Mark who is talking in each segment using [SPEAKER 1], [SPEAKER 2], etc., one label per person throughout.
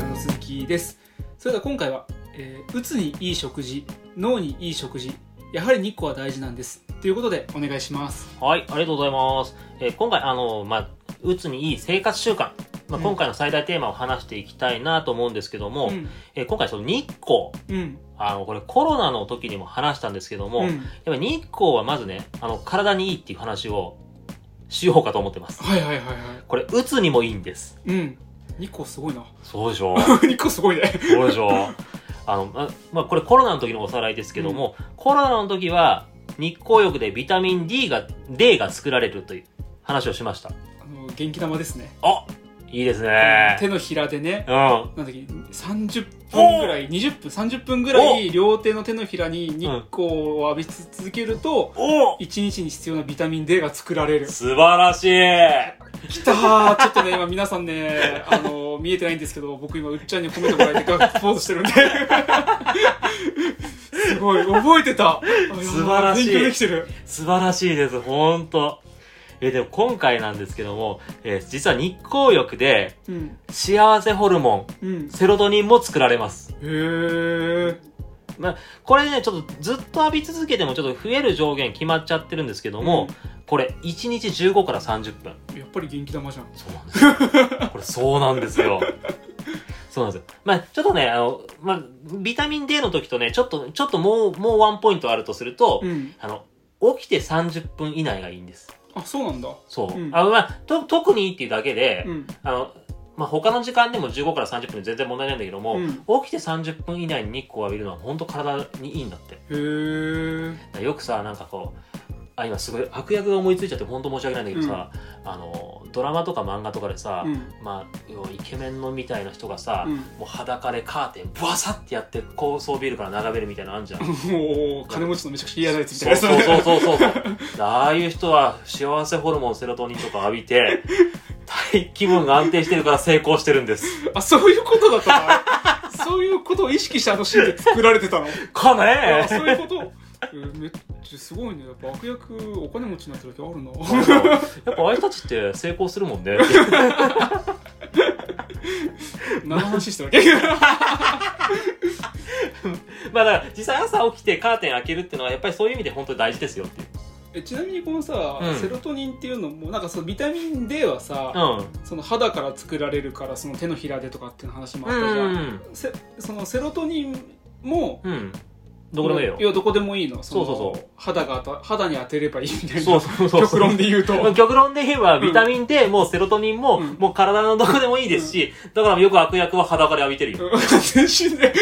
[SPEAKER 1] ーですそれでは今回は、えー、うつにいい食事脳にいい食事やはり日光は大事なんですということでお願いします
[SPEAKER 2] はい、ありがとうございます。えー今回、あの、まあ、うつにいい生活習慣、
[SPEAKER 1] う
[SPEAKER 2] まあ、
[SPEAKER 1] ん
[SPEAKER 2] 今回の最大テーマを話していきたいなと思うんですけども、
[SPEAKER 1] うん
[SPEAKER 2] えー今回その日光、
[SPEAKER 1] うん
[SPEAKER 2] あの、これコロナの時にも話したんですけども、
[SPEAKER 1] う
[SPEAKER 2] やっ
[SPEAKER 1] ん
[SPEAKER 2] ぱり日光はまずね、あの、体にいいっていう話をしようかと思ってます。
[SPEAKER 1] はいはいはいはい
[SPEAKER 2] これ、うつにもいいんです。
[SPEAKER 1] うん日光すごいな
[SPEAKER 2] そうでしょ
[SPEAKER 1] 日光すごいね
[SPEAKER 2] そうでしょ あの、ま、まあ、これコロナの時のおさらいですけども、コロナの時は日光浴でビタミン D が、D が作られるという話をしました。
[SPEAKER 1] あの元気玉ですね
[SPEAKER 2] あいいですね。
[SPEAKER 1] 手のひらでね
[SPEAKER 2] うん。は
[SPEAKER 1] なんだっけ30分ぐらい20分30分ぐらい両手の手のひらに日光を浴び続けると、
[SPEAKER 2] お
[SPEAKER 1] 一日に必要なビタミン D が作られる
[SPEAKER 2] 素晴らしい。
[SPEAKER 1] きたーちょっとね今皆さんねあの見えてないんですけど僕今うっちゃんに褒めてもらえてガッツポーズしてるんですごい覚えてたあやば
[SPEAKER 2] 素晴らしい
[SPEAKER 1] 勉強できてる
[SPEAKER 2] 素晴らしいです、ほんと。え、でも今回なんですけども、えー実は日光浴で
[SPEAKER 1] うん
[SPEAKER 2] 幸せホルモ
[SPEAKER 1] うん
[SPEAKER 2] ン、セロトニンも作られます。
[SPEAKER 1] へえ
[SPEAKER 2] これね、ちょっとずっと浴び続けてもちょっと増える上限決まっちゃってるんですけども、これ1日15から30分。
[SPEAKER 1] やっぱり元気玉じゃん
[SPEAKER 2] そうなんですよ。これそうなんですよ。そうなんですよ。まあ、ちょっとね、あの、まあ、ビタミン D の時とね、ちょっと、ちょっともう、もうワンポイントあるとすると、
[SPEAKER 1] うん
[SPEAKER 2] あの、起きて30分以内がいいんです。
[SPEAKER 1] あそうなんだ
[SPEAKER 2] そう。
[SPEAKER 1] うん
[SPEAKER 2] あのまあ、と、特にいいっていうだけで、
[SPEAKER 1] うん
[SPEAKER 2] あの、まあ、他の時間でも15から30分で全然問題ないんだけども、
[SPEAKER 1] うん
[SPEAKER 2] 起きて30分以内に日光を浴びるのは本当体にいいんだって。だか
[SPEAKER 1] へえ
[SPEAKER 2] らよくさ、なんかこう、あ、今すごい悪役が思いついちゃって本当申し訳ないんだけどさ、あの、ドラマとか漫画とかでさ、
[SPEAKER 1] うん
[SPEAKER 2] まあ、要はイケメンのみたいな人がさ、
[SPEAKER 1] うん
[SPEAKER 2] もう裸でカーテンブワサってやって高層ビルから眺めるみたいなのあるじゃん。
[SPEAKER 1] もう金持ちのめちゃくちゃ嫌なやつみたい
[SPEAKER 2] そう
[SPEAKER 1] な
[SPEAKER 2] そうそうそうそうそう。ああいう人は幸せホルモンセロトニンとか浴びて、体気分が安定してるから成功してるんです。
[SPEAKER 1] あそういうことだったなそういうことを意識したあのシーンで作られてたの
[SPEAKER 2] か
[SPEAKER 1] あ
[SPEAKER 2] ね
[SPEAKER 1] そういうことえーめっちゃすごいねやっぱ悪役お金持ちになってるだけある な
[SPEAKER 2] えやっぱああいう人たちって成功するもんね。 い
[SPEAKER 1] 何の話してるわ
[SPEAKER 2] やまあだから実際朝起きてカーテン開けるっていうのはやっぱりそういう意味で本当に大事ですよっていう。
[SPEAKER 1] けえちなみにこのさ、
[SPEAKER 2] うん
[SPEAKER 1] セロトニンっていうのもなんかそのビタミン D は
[SPEAKER 2] う
[SPEAKER 1] さ、
[SPEAKER 2] ん。
[SPEAKER 1] その肌から作られるからその手のひらでとかっていう話もあったじゃん、
[SPEAKER 2] ん。
[SPEAKER 1] せそのセロトニンも
[SPEAKER 2] うん。どこでもいいよ
[SPEAKER 1] い。やどこでもいいのの
[SPEAKER 2] そうそう
[SPEAKER 1] 肌が当た肌に当てればいいみたいな
[SPEAKER 2] そうそうそう。
[SPEAKER 1] 極論で言うと
[SPEAKER 2] まあ極論で言えば、ビタミン D もセロトニンも、
[SPEAKER 1] うん
[SPEAKER 2] もう体のどこでもいいですし、だからよく悪役は裸で浴びてるよ。
[SPEAKER 1] 全身で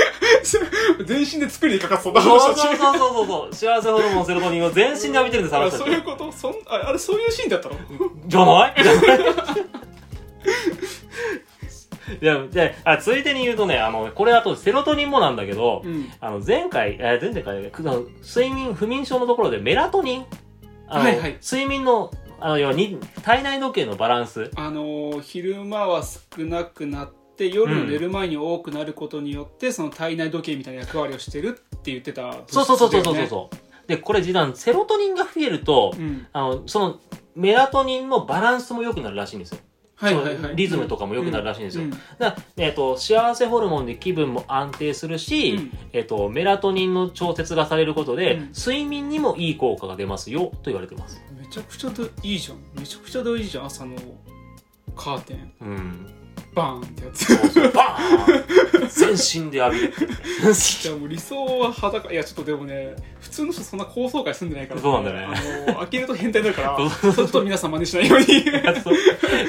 [SPEAKER 1] 全身で作りにかかってそうな
[SPEAKER 2] そう
[SPEAKER 1] 話
[SPEAKER 2] そうそうそうそうそう。幸せホルモン、セロトニンを全身で浴びてるんです、あの
[SPEAKER 1] あ
[SPEAKER 2] 人た
[SPEAKER 1] そ
[SPEAKER 2] ち
[SPEAKER 1] ういうことそんああれそういうシーンだったの
[SPEAKER 2] じゃない じゃないいや、で、あ、ついでに言うとね、あの、これあと、セロトニンもなんだけど、
[SPEAKER 1] うん
[SPEAKER 2] あの、前回、えー前々回、くあの睡眠、不眠症のところでメラトニンあの、
[SPEAKER 1] はいはい
[SPEAKER 2] 睡眠の、あの、要はに、体内時計のバランス。
[SPEAKER 1] あのー昼間は少なくなって夜の寝る前に多くなることによって、その体内時計みたいな役割をしてるって言ってた物質
[SPEAKER 2] そうそうそうそうそう
[SPEAKER 1] だよね
[SPEAKER 2] そう。で、これ、時短、セロトニンが増えると、
[SPEAKER 1] うん
[SPEAKER 2] あの、その、メラトニンのバランスも良くなるらしいんですよ。
[SPEAKER 1] はいはいはい
[SPEAKER 2] リズムと
[SPEAKER 1] か
[SPEAKER 2] かも良くなるらしいんですよ。
[SPEAKER 1] うん
[SPEAKER 2] だからえっ、と、幸せホルモンで気分も安定するし、
[SPEAKER 1] うん
[SPEAKER 2] えっ、と、メラトニンの調節がされることで、
[SPEAKER 1] うん
[SPEAKER 2] 睡眠にもいい効果が出ますよ、と言われてます。
[SPEAKER 1] めちゃくちゃどいいじゃんめちゃくちゃ大事じゃん朝のカーテン
[SPEAKER 2] うん。
[SPEAKER 1] バーンってやつ
[SPEAKER 2] そうそう、バーン全身で浴びるっていうね。
[SPEAKER 1] いやもう理想は裸いやちょっとでもね普通の人そんな高層階住んでないから、
[SPEAKER 2] そうなんだね
[SPEAKER 1] あの開けると変態になるから
[SPEAKER 2] そ
[SPEAKER 1] ちょっと皆さん真似しない ように
[SPEAKER 2] そう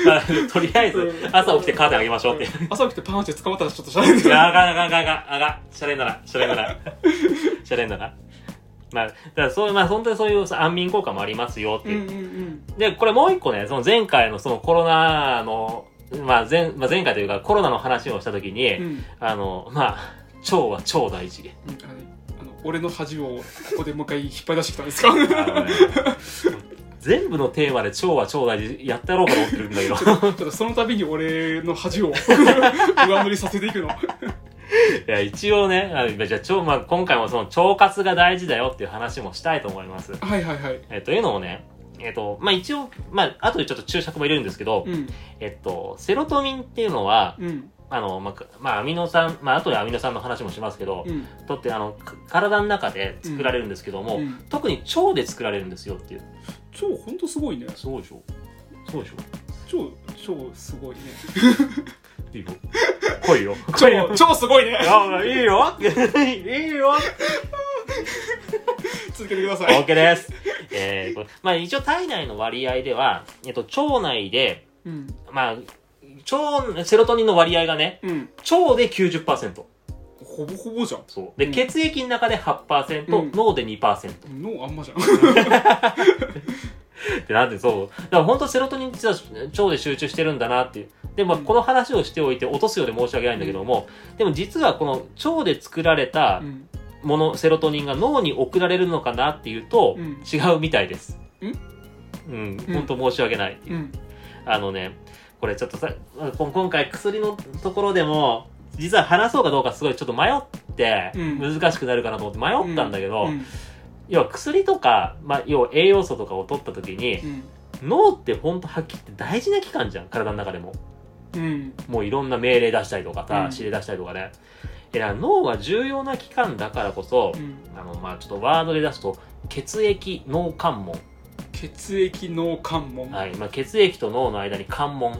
[SPEAKER 2] まあとりあえず
[SPEAKER 1] う、ん
[SPEAKER 2] 朝起きてカーテンあげましょうって。
[SPEAKER 1] 朝起きてパンチで捕まったらちょっとしゃべる
[SPEAKER 2] いや、あがんあがんあがんあがんあがん。シャレにならん、シャレになら ん。シャレにならん。まあ、だからそういう、まあ、本当にそういうさ安眠効果もありますよって
[SPEAKER 1] うん
[SPEAKER 2] いう
[SPEAKER 1] ん
[SPEAKER 2] う。
[SPEAKER 1] うん
[SPEAKER 2] で、これもう一個ね、その前回のそのコロナの、まあ前、まあ、前回というかコロナの話をしたときに、
[SPEAKER 1] うん
[SPEAKER 2] あの、まあ、腸は超大事。
[SPEAKER 1] うんあのあの俺の恥をここでもう一回引っ張り出してきたんですか
[SPEAKER 2] あのね全部のテーマで腸は超大事やってやろうかと思ってるんだけ ど。
[SPEAKER 1] ちょっとその度に俺の恥を 上塗りさせていくの
[SPEAKER 2] いや、一応ね、あのじゃあ腸、まあ今回もその腸活が大事だよっていう話もしたいと思います。
[SPEAKER 1] はいはいはい
[SPEAKER 2] えというのもね、えっと、まあ一応、まあ後でちょっと注釈も入れるんですけど、
[SPEAKER 1] うん
[SPEAKER 2] えっと、セロトニンっていうのは、
[SPEAKER 1] うん
[SPEAKER 2] あの、まあ、まあ、アミノ酸、まあ、後でアミノ酸の話もしますけど、
[SPEAKER 1] うん
[SPEAKER 2] とって、あの、か体の中で作られるんですけども、
[SPEAKER 1] うん
[SPEAKER 2] 特に腸で作られるんですよっていう。
[SPEAKER 1] 超ほんとすごいね
[SPEAKER 2] すごいでしょそうでしょ
[SPEAKER 1] 超超すごいね
[SPEAKER 2] い いよ。来いよ。
[SPEAKER 1] 超超すごいね
[SPEAKER 2] あ いいよいいよ
[SPEAKER 1] 続けてください
[SPEAKER 2] !OK です。えーこれまあ一応体内の割合では、えっと、腸内で、
[SPEAKER 1] うん
[SPEAKER 2] まあ、腸、セロトニンの割合がね、
[SPEAKER 1] うん
[SPEAKER 2] 腸で90%。
[SPEAKER 1] ほぼほぼじゃん
[SPEAKER 2] そう。で、
[SPEAKER 1] うん
[SPEAKER 2] 血液の中で8%、
[SPEAKER 1] うん
[SPEAKER 2] 脳で2%。
[SPEAKER 1] 脳あんまじゃん
[SPEAKER 2] ってなんでそう。だから本当セロトニン実は腸で集中してるんだなっていう。で、まあ、
[SPEAKER 1] うん
[SPEAKER 2] この話をしておいて落とすようで申し訳ないんだけども、でも実はこの腸で作られた
[SPEAKER 1] うん
[SPEAKER 2] もの、セロトニンが脳に送られるのかなっていうと、
[SPEAKER 1] うん
[SPEAKER 2] 違うみたいです。うん、
[SPEAKER 1] うん
[SPEAKER 2] 本当申し訳ない。
[SPEAKER 1] うん
[SPEAKER 2] あのね、これちょっとさ、こ今回薬のところでも、実は話そうかどうかすごいちょっと迷って、
[SPEAKER 1] うん
[SPEAKER 2] 難しくなるかなと思って迷ったんだけど、
[SPEAKER 1] うん
[SPEAKER 2] 要は薬とか、まあ、要は栄養素とかを取った時に、脳ってほんとはっきり言って大事な器官じゃん体の中でも
[SPEAKER 1] うんうん
[SPEAKER 2] もういろんな命令出したりとかさ、
[SPEAKER 1] うん
[SPEAKER 2] 指令出したりとかねえだから脳は重要な器官だからこそ、
[SPEAKER 1] うん
[SPEAKER 2] あのまあちょっとワードで出すと血液脳関門、
[SPEAKER 1] 血液脳関門
[SPEAKER 2] はいいまあ、血液と脳の間に関門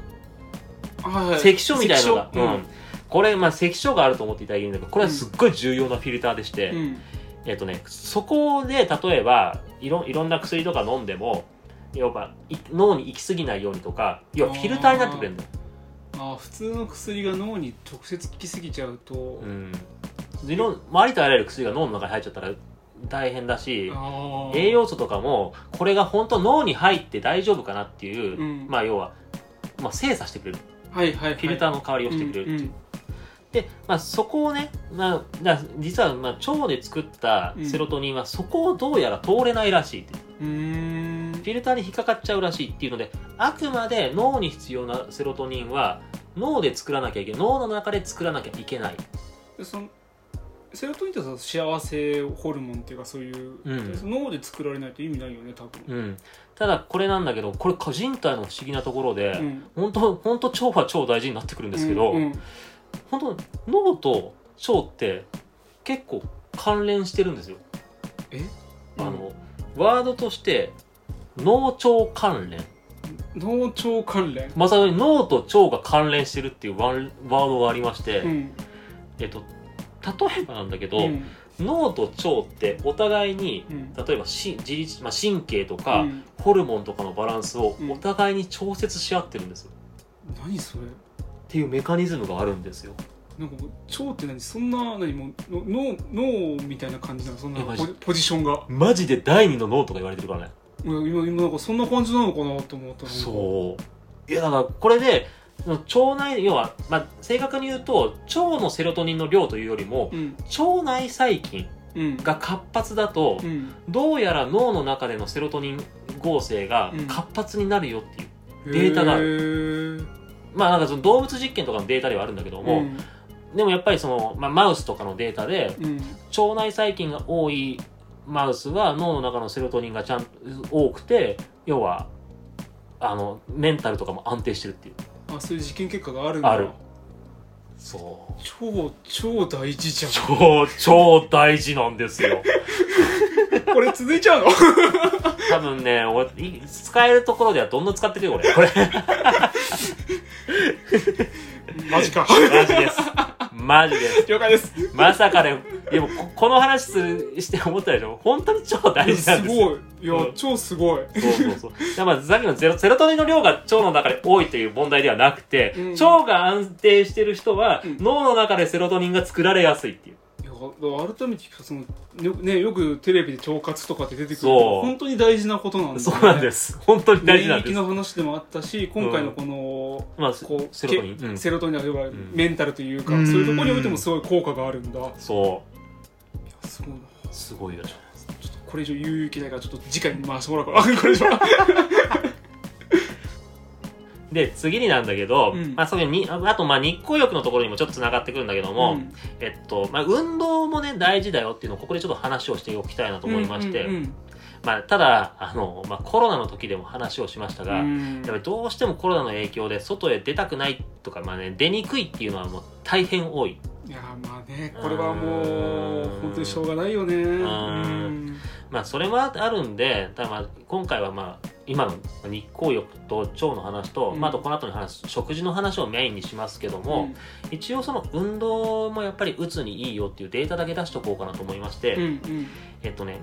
[SPEAKER 1] はい
[SPEAKER 2] 関所みたいなのが、
[SPEAKER 1] 関所
[SPEAKER 2] うんこれ、まあ、関所があると思っていただけるんだけどこれはすっごい重要なフィルターでして、
[SPEAKER 1] うんうん
[SPEAKER 2] えっとね、そこで例えばいろいろんな薬とか飲んでも要はい脳に行き過ぎないようにとか要はフィルターになってくれるんだよ
[SPEAKER 1] あー普通の薬が脳に直接効きすぎちゃうと
[SPEAKER 2] うん、いろんありとあらゆる薬が脳の中に入っちゃったら大変だし
[SPEAKER 1] あー
[SPEAKER 2] 栄養素とかもこれが本当脳に入って大丈夫かなっていう、
[SPEAKER 1] うん
[SPEAKER 2] まあ要は、まあ、精査してくれる
[SPEAKER 1] はいはいはい
[SPEAKER 2] フィルターの代わりをしてくれるっていう、で、まあ、そこをね、まあ、だ実はまあ腸で作ったセロトニンはそこをどうやら通れないらしいっていう
[SPEAKER 1] うんうんうーん
[SPEAKER 2] フィルターに引っかかっちゃうらしいっていうのであくまで脳に必要なセロトニンは脳で作らなきゃいけない脳の中で作らなきゃいけない
[SPEAKER 1] でそのセロトニンってさ幸せホルモンっていうかそういう、
[SPEAKER 2] うん
[SPEAKER 1] その脳で作られないと意味ないよね多分、
[SPEAKER 2] うん、ただこれなんだけどこれ個人体の不思議なところで、
[SPEAKER 1] うん、
[SPEAKER 2] 本当本当腸は超大事になってくるんですけど、
[SPEAKER 1] うんうん
[SPEAKER 2] 本当脳と腸って結構関連してるんですよ、
[SPEAKER 1] え
[SPEAKER 2] あのワードとして脳腸関連
[SPEAKER 1] 脳腸関連、
[SPEAKER 2] まさに脳と腸が関連してるっていうワンワードがありまして、
[SPEAKER 1] うん
[SPEAKER 2] えっと例えばなんだけど、
[SPEAKER 1] うん
[SPEAKER 2] 脳と腸ってお互いに
[SPEAKER 1] うん
[SPEAKER 2] 例えばし自律、まあ、神経とか、
[SPEAKER 1] うん
[SPEAKER 2] ホルモンとかのバランスを
[SPEAKER 1] うん
[SPEAKER 2] お互いに調節し合ってるんですよ、
[SPEAKER 1] 何それ
[SPEAKER 2] っていうメカニズムがあるんですよ
[SPEAKER 1] なんかもう腸って何そんな何もうの脳脳みたいな感じなのそんな
[SPEAKER 2] えマジ
[SPEAKER 1] ポジポジションが
[SPEAKER 2] マジで第二の脳とか言われてるからね
[SPEAKER 1] うん今今なんかそんな感じなのかなと思った
[SPEAKER 2] そういやだからこれで腸内要は、まあ、正確に言うと腸のセロトニンの量というよりも
[SPEAKER 1] ううん
[SPEAKER 2] 腸内細菌
[SPEAKER 1] うん
[SPEAKER 2] が活発だと
[SPEAKER 1] うん
[SPEAKER 2] どうやら脳の中でのセロトニン合成が活発になるよっていう、データがあ
[SPEAKER 1] る
[SPEAKER 2] まあなんかその動物実験とかのデータではあるんだけども、
[SPEAKER 1] うん
[SPEAKER 2] でもやっぱりその、まあ、マウスとかのデータで
[SPEAKER 1] うん
[SPEAKER 2] 腸内細菌が多いマウスは脳の中のセロトニンがちゃん多くて要はあのメンタルとかも安定してるっていう
[SPEAKER 1] あそういう実験結果があるんだ
[SPEAKER 2] あるそう
[SPEAKER 1] 超超大事じゃん
[SPEAKER 2] 超超大事なんですよ
[SPEAKER 1] これ続いちゃうの
[SPEAKER 2] 多分ね俺い使えるところではどんどん使ってくよ俺これ
[SPEAKER 1] マジか
[SPEAKER 2] マジですマジです
[SPEAKER 1] 了解です
[SPEAKER 2] まさかねでもここの話するして思ったでしょ本当に超大事なん
[SPEAKER 1] す
[SPEAKER 2] ですよ
[SPEAKER 1] ごいいや、
[SPEAKER 2] うん
[SPEAKER 1] 超すごい
[SPEAKER 2] そうそうそう。だからまあさっきのゼロセロトニンの量が腸の中で多いという問題ではなくて、
[SPEAKER 1] うん
[SPEAKER 2] 腸が安定してる人は、
[SPEAKER 1] うん
[SPEAKER 2] 脳の中でセロトニンが作られやすいっていう。
[SPEAKER 1] いや改めて聞くとそのよ,、ね、よくテレビで腸活とかって出てくるけ
[SPEAKER 2] そ
[SPEAKER 1] ど
[SPEAKER 2] う
[SPEAKER 1] 本当に大事なことなんだ、ね、
[SPEAKER 2] そうなんですす。本当に大事
[SPEAKER 1] 免
[SPEAKER 2] なんで
[SPEAKER 1] 疫
[SPEAKER 2] す。
[SPEAKER 1] の話でもあったし今回のこの、
[SPEAKER 2] まあ、
[SPEAKER 1] こう
[SPEAKER 2] セロトニン。うん
[SPEAKER 1] けセロトニンは要は
[SPEAKER 2] ん
[SPEAKER 1] メンタルというか、
[SPEAKER 2] うん
[SPEAKER 1] そういうところにおいてもすごい効果があるんだいや
[SPEAKER 2] そ
[SPEAKER 1] すごいな
[SPEAKER 2] う。すごいよね。
[SPEAKER 1] ちょっとこれ以上言う勇気ないからちょっと次回に回してもらおうかなこれ以上
[SPEAKER 2] で、次になんだけど、
[SPEAKER 1] うん
[SPEAKER 2] まあ、それに、ああと、まあ、日光浴のところにもちょっと繋がってくるんだけども、えっと、まあ、運動もね、大事だよっていうのを、ここでちょっと話をしておきたいなと思いまし
[SPEAKER 1] う
[SPEAKER 2] て、
[SPEAKER 1] んうんうん
[SPEAKER 2] まあ、ただあの、まあ、コロナの時でも話をしましたが、
[SPEAKER 1] うん
[SPEAKER 2] やっぱりどうしてもコロナの影響で外へ出たくないとか、まあね、出にくいっていうのはもう大変多い、
[SPEAKER 1] いやまあねこれはもう本当にしょうがないよねうん
[SPEAKER 2] まあ、それもあるんでただまあ今回はまあ今の日光浴と腸の話と、
[SPEAKER 1] うん
[SPEAKER 2] まあ、あとこの後の話食事の話をメインにしますけども、一応その運動もやっぱりうつにいいよっていうデータだけ出しとこうかなと思いまして、
[SPEAKER 1] うんうん
[SPEAKER 2] えっとね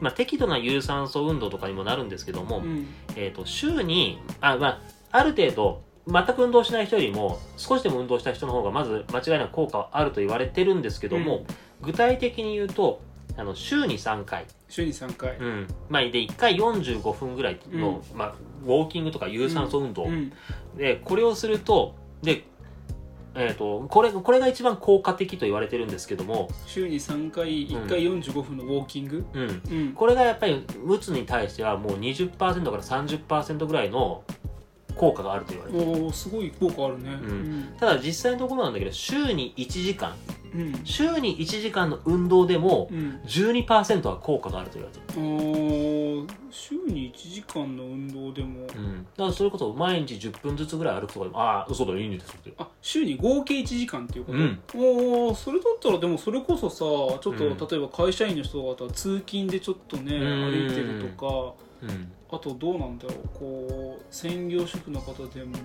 [SPEAKER 2] まあ、適度な有酸素運動とかにもなるんですけども、
[SPEAKER 1] うん
[SPEAKER 2] えっと週にあ,、まあ、ある程度全く運動しない人よりも少しでも運動した人の方がまず間違いなく効果はあると言われてるんですけども、
[SPEAKER 1] うん
[SPEAKER 2] 具体的に言うとあの週に3回、
[SPEAKER 1] 週に3回
[SPEAKER 2] うんまあ、で1回45分ぐらいの、まあ、ウォーキングとか有酸素運動、
[SPEAKER 1] うん
[SPEAKER 2] でこれをするとで、えっとこれこれが一番効果的と言われてるんですけども、
[SPEAKER 1] 週に3回1回45分のウォーキング
[SPEAKER 2] うん、
[SPEAKER 1] うん
[SPEAKER 2] これがやっぱりうつに対してはもう20%から30%ぐらいの効果があると言われてる
[SPEAKER 1] おーすごい効果あるね
[SPEAKER 2] ん
[SPEAKER 1] うん
[SPEAKER 2] ただ実際のところなんだけど週に1時間
[SPEAKER 1] うん
[SPEAKER 2] 週に1時間の運動でも
[SPEAKER 1] うん
[SPEAKER 2] 12%は効果があると言われてる、
[SPEAKER 1] おー週に1時間の運動でも
[SPEAKER 2] うん、だからそれこそ毎日10分ずつぐらい歩くとかでもああ嘘だいいんですって
[SPEAKER 1] あ週に合計1時間っていうこと、
[SPEAKER 2] うん
[SPEAKER 1] おおそれだったらでもそれこそさちょっと、
[SPEAKER 2] うん
[SPEAKER 1] 例えば会社員の人方は通勤でちょっとね
[SPEAKER 2] うん
[SPEAKER 1] 歩いてると
[SPEAKER 2] うん
[SPEAKER 1] かあとどうなんだろうこう専業主婦の方でも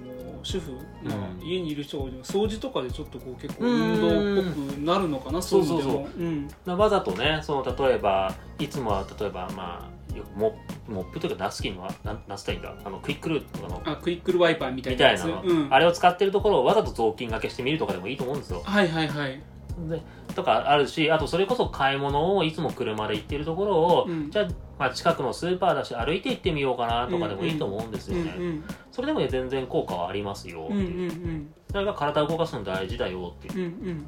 [SPEAKER 1] 主婦、まあ
[SPEAKER 2] うん
[SPEAKER 1] 家にいる人が多いので掃除とかでちょっとこう結構
[SPEAKER 2] うん
[SPEAKER 1] 運動っぽくなるのかな、そういうのでもうん
[SPEAKER 2] だからわざとねその例えばいつもは例えばまあよモモップというかナスキンはなナスタインだあのクイックルーとかの
[SPEAKER 1] あクイックルワイパーみたい
[SPEAKER 2] み
[SPEAKER 1] な
[SPEAKER 2] た
[SPEAKER 1] や
[SPEAKER 2] い
[SPEAKER 1] つ
[SPEAKER 2] なの、
[SPEAKER 1] うん、
[SPEAKER 2] あれを使ってるところをわざと雑巾がけしてみるとかでもいいと思うんですよ
[SPEAKER 1] はいはいはい
[SPEAKER 2] でとかあるしあとそれこそ買い物をいつも車で行ってるところを、
[SPEAKER 1] うん
[SPEAKER 2] じゃあ,、まあ近くのスーパーだし歩いて行ってみようかなとかでもいいと思うんです
[SPEAKER 1] う
[SPEAKER 2] よ
[SPEAKER 1] ん
[SPEAKER 2] ね、
[SPEAKER 1] うん
[SPEAKER 2] それでもね全然効果はありますよ、
[SPEAKER 1] うんうん
[SPEAKER 2] それが体を動かすの大事だよっていう
[SPEAKER 1] うんうん